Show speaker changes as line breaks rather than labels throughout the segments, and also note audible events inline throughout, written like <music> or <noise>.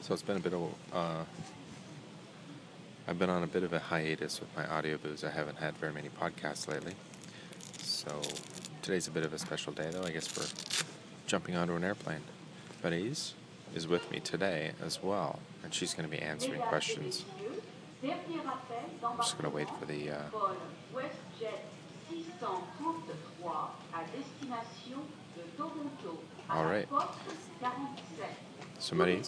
So it's been a bit of. a- Uh, I've been on a bit of a hiatus with my audio booze. I haven't had very many podcasts lately. So today's a bit of a special day, though, I guess, for jumping onto an airplane. But Ace is with me today as well, and she's going to be answering questions.
I'm just going to wait for the. Uh...
All
All
right.
right.
So, Marie,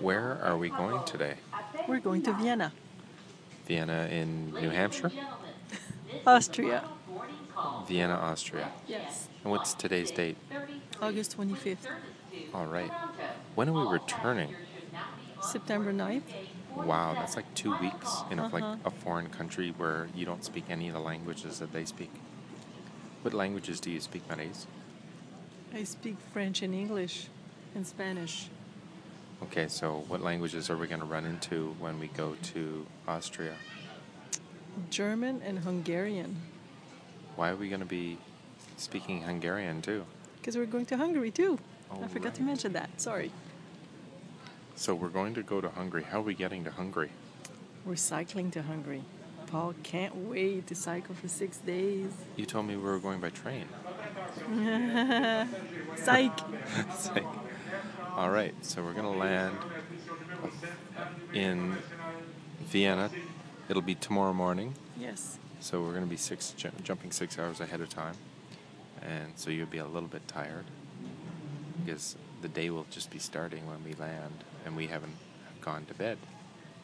where are we going today?
We're going to Vienna.
Vienna in New Hampshire?
Austria.
Vienna, Austria.
Yes.
And what's today's date?
August 25th,
All right. When are we returning?
September 9th.
Wow, that's like two weeks in a,
Uh-huh.
like a foreign country where you don't speak any of the languages that they speak. What languages do you speak, Maris?
I speak French and English and Spanish.
Okay, so what languages are we going to run into when we go to Austria?
German and Hungarian.
Why are we going to be speaking Hungarian too?
Because we're going to Hungary too.
All
I forgot to
right.
mention that. Sorry.
So we're going to go to Hungary. How are we getting to Hungary?
We're cycling to Hungary. Paul can't wait to cycle for six days. <laughs>
You told me we were going by train.
Psych!
<laughs> It's like- All right, so we're going to land in Vienna. It'll be tomorrow morning.
Yes.
So we're going to be six ju- jumping six hours ahead of time, and so you'll be a little bit tired because the day will just be starting when we land, and we haven't gone to bed.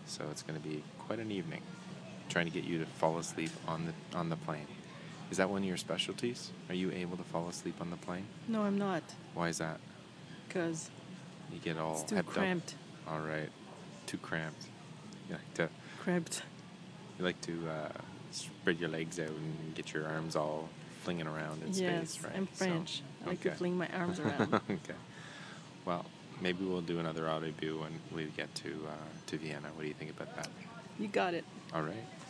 So it's going to be quite an evening, trying to get you to fall asleep on the on the plane. Is that one of your specialties? Are you able to fall asleep on the plane?
No, I'm not.
Why is that?
Because
You get all
It's too
hepped up.
cramped.
All right, too cramped. You like to
cramped.
you like to uh, spread your legs out and get your arms all flinging around in
Yes,
space, right?
I'm
So,
French. I like to
okay.
fling my
<laughs>
arms around.
okay. Well, maybe we'll do another audio boo when we get to uh, to Vienna. What do you think about that?
you got it.
All right.